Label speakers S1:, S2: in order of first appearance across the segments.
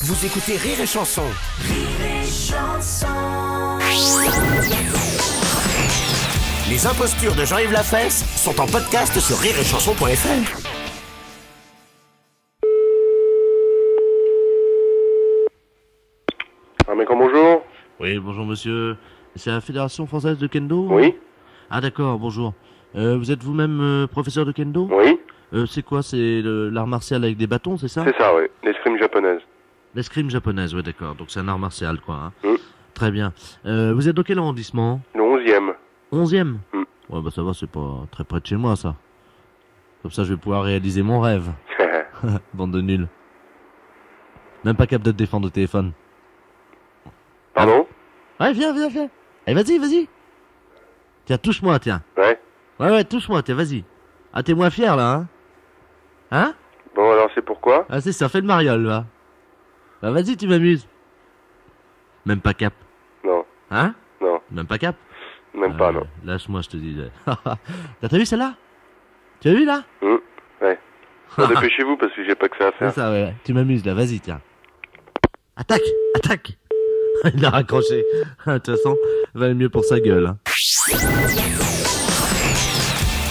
S1: Vous écoutez Rire et Chanson. Les impostures de Jean-Yves Lafesse sont en podcast sur rireetchanson.fr.
S2: Ah, mais quand bonjour
S3: Oui, bonjour monsieur. C'est la Fédération française de kendo
S2: Oui,
S3: Ah d'accord, bonjour. Euh, vous êtes vous-même euh, professeur de kendo
S2: oui,
S3: Euh, C'est quoi C'est le- l'art martial avec des bâtons, c'est ça
S2: c'est ça, oui, l'escrime japonaise.
S3: L'escrime japonaise, ouais d'accord. Donc c'est un art martial quoi. hein.
S2: Mm.
S3: Très bien. Euh, vous êtes dans quel arrondissement
S2: Le 11
S3: Onzième
S2: Mm.
S3: Ouais bah ça va, c'est pas très près de chez moi ça. Comme ça je vais pouvoir réaliser mon rêve.
S2: e
S3: Bande de nuls. Même pas capable de te défendre au téléphone.
S2: Pardon
S3: Ouais, viens, viens, viens. Allez, vas-y, vas-y. Tiens, touche-moi, tiens.
S2: Ouais.
S3: Ouais, ouais, touche-moi, tiens, vas-y. Ah, t'es moins fier, là, hein Hein
S2: Bon, alors c'est pourquoi
S3: Ah, c'est ça, fais le mariole, là. Bah, vas-y, tu m'amuses. Même pas cap.
S2: Non,
S3: Hein
S2: Non.
S3: Même pas cap
S2: même pas,
S3: Euh,
S2: non.
S3: Lâche-moi, je te dis. T'as t'as vu celle-là Tu as vu, là
S2: Hum, ouais. Bon, Dépêchez-vous parce que j'ai pas que ça à
S3: C'est
S2: faire.
S3: ça, ouais, ouais. Tu m'amuses, là, vas-y, tiens. Attaque Attaque Il l'a raccroché. De toute façon, valait mieux pour sa gueule, hein.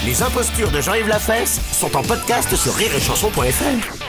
S1: Les impostures de Jean-Yves Lafesse sont en podcast sur rireetchanson.fr.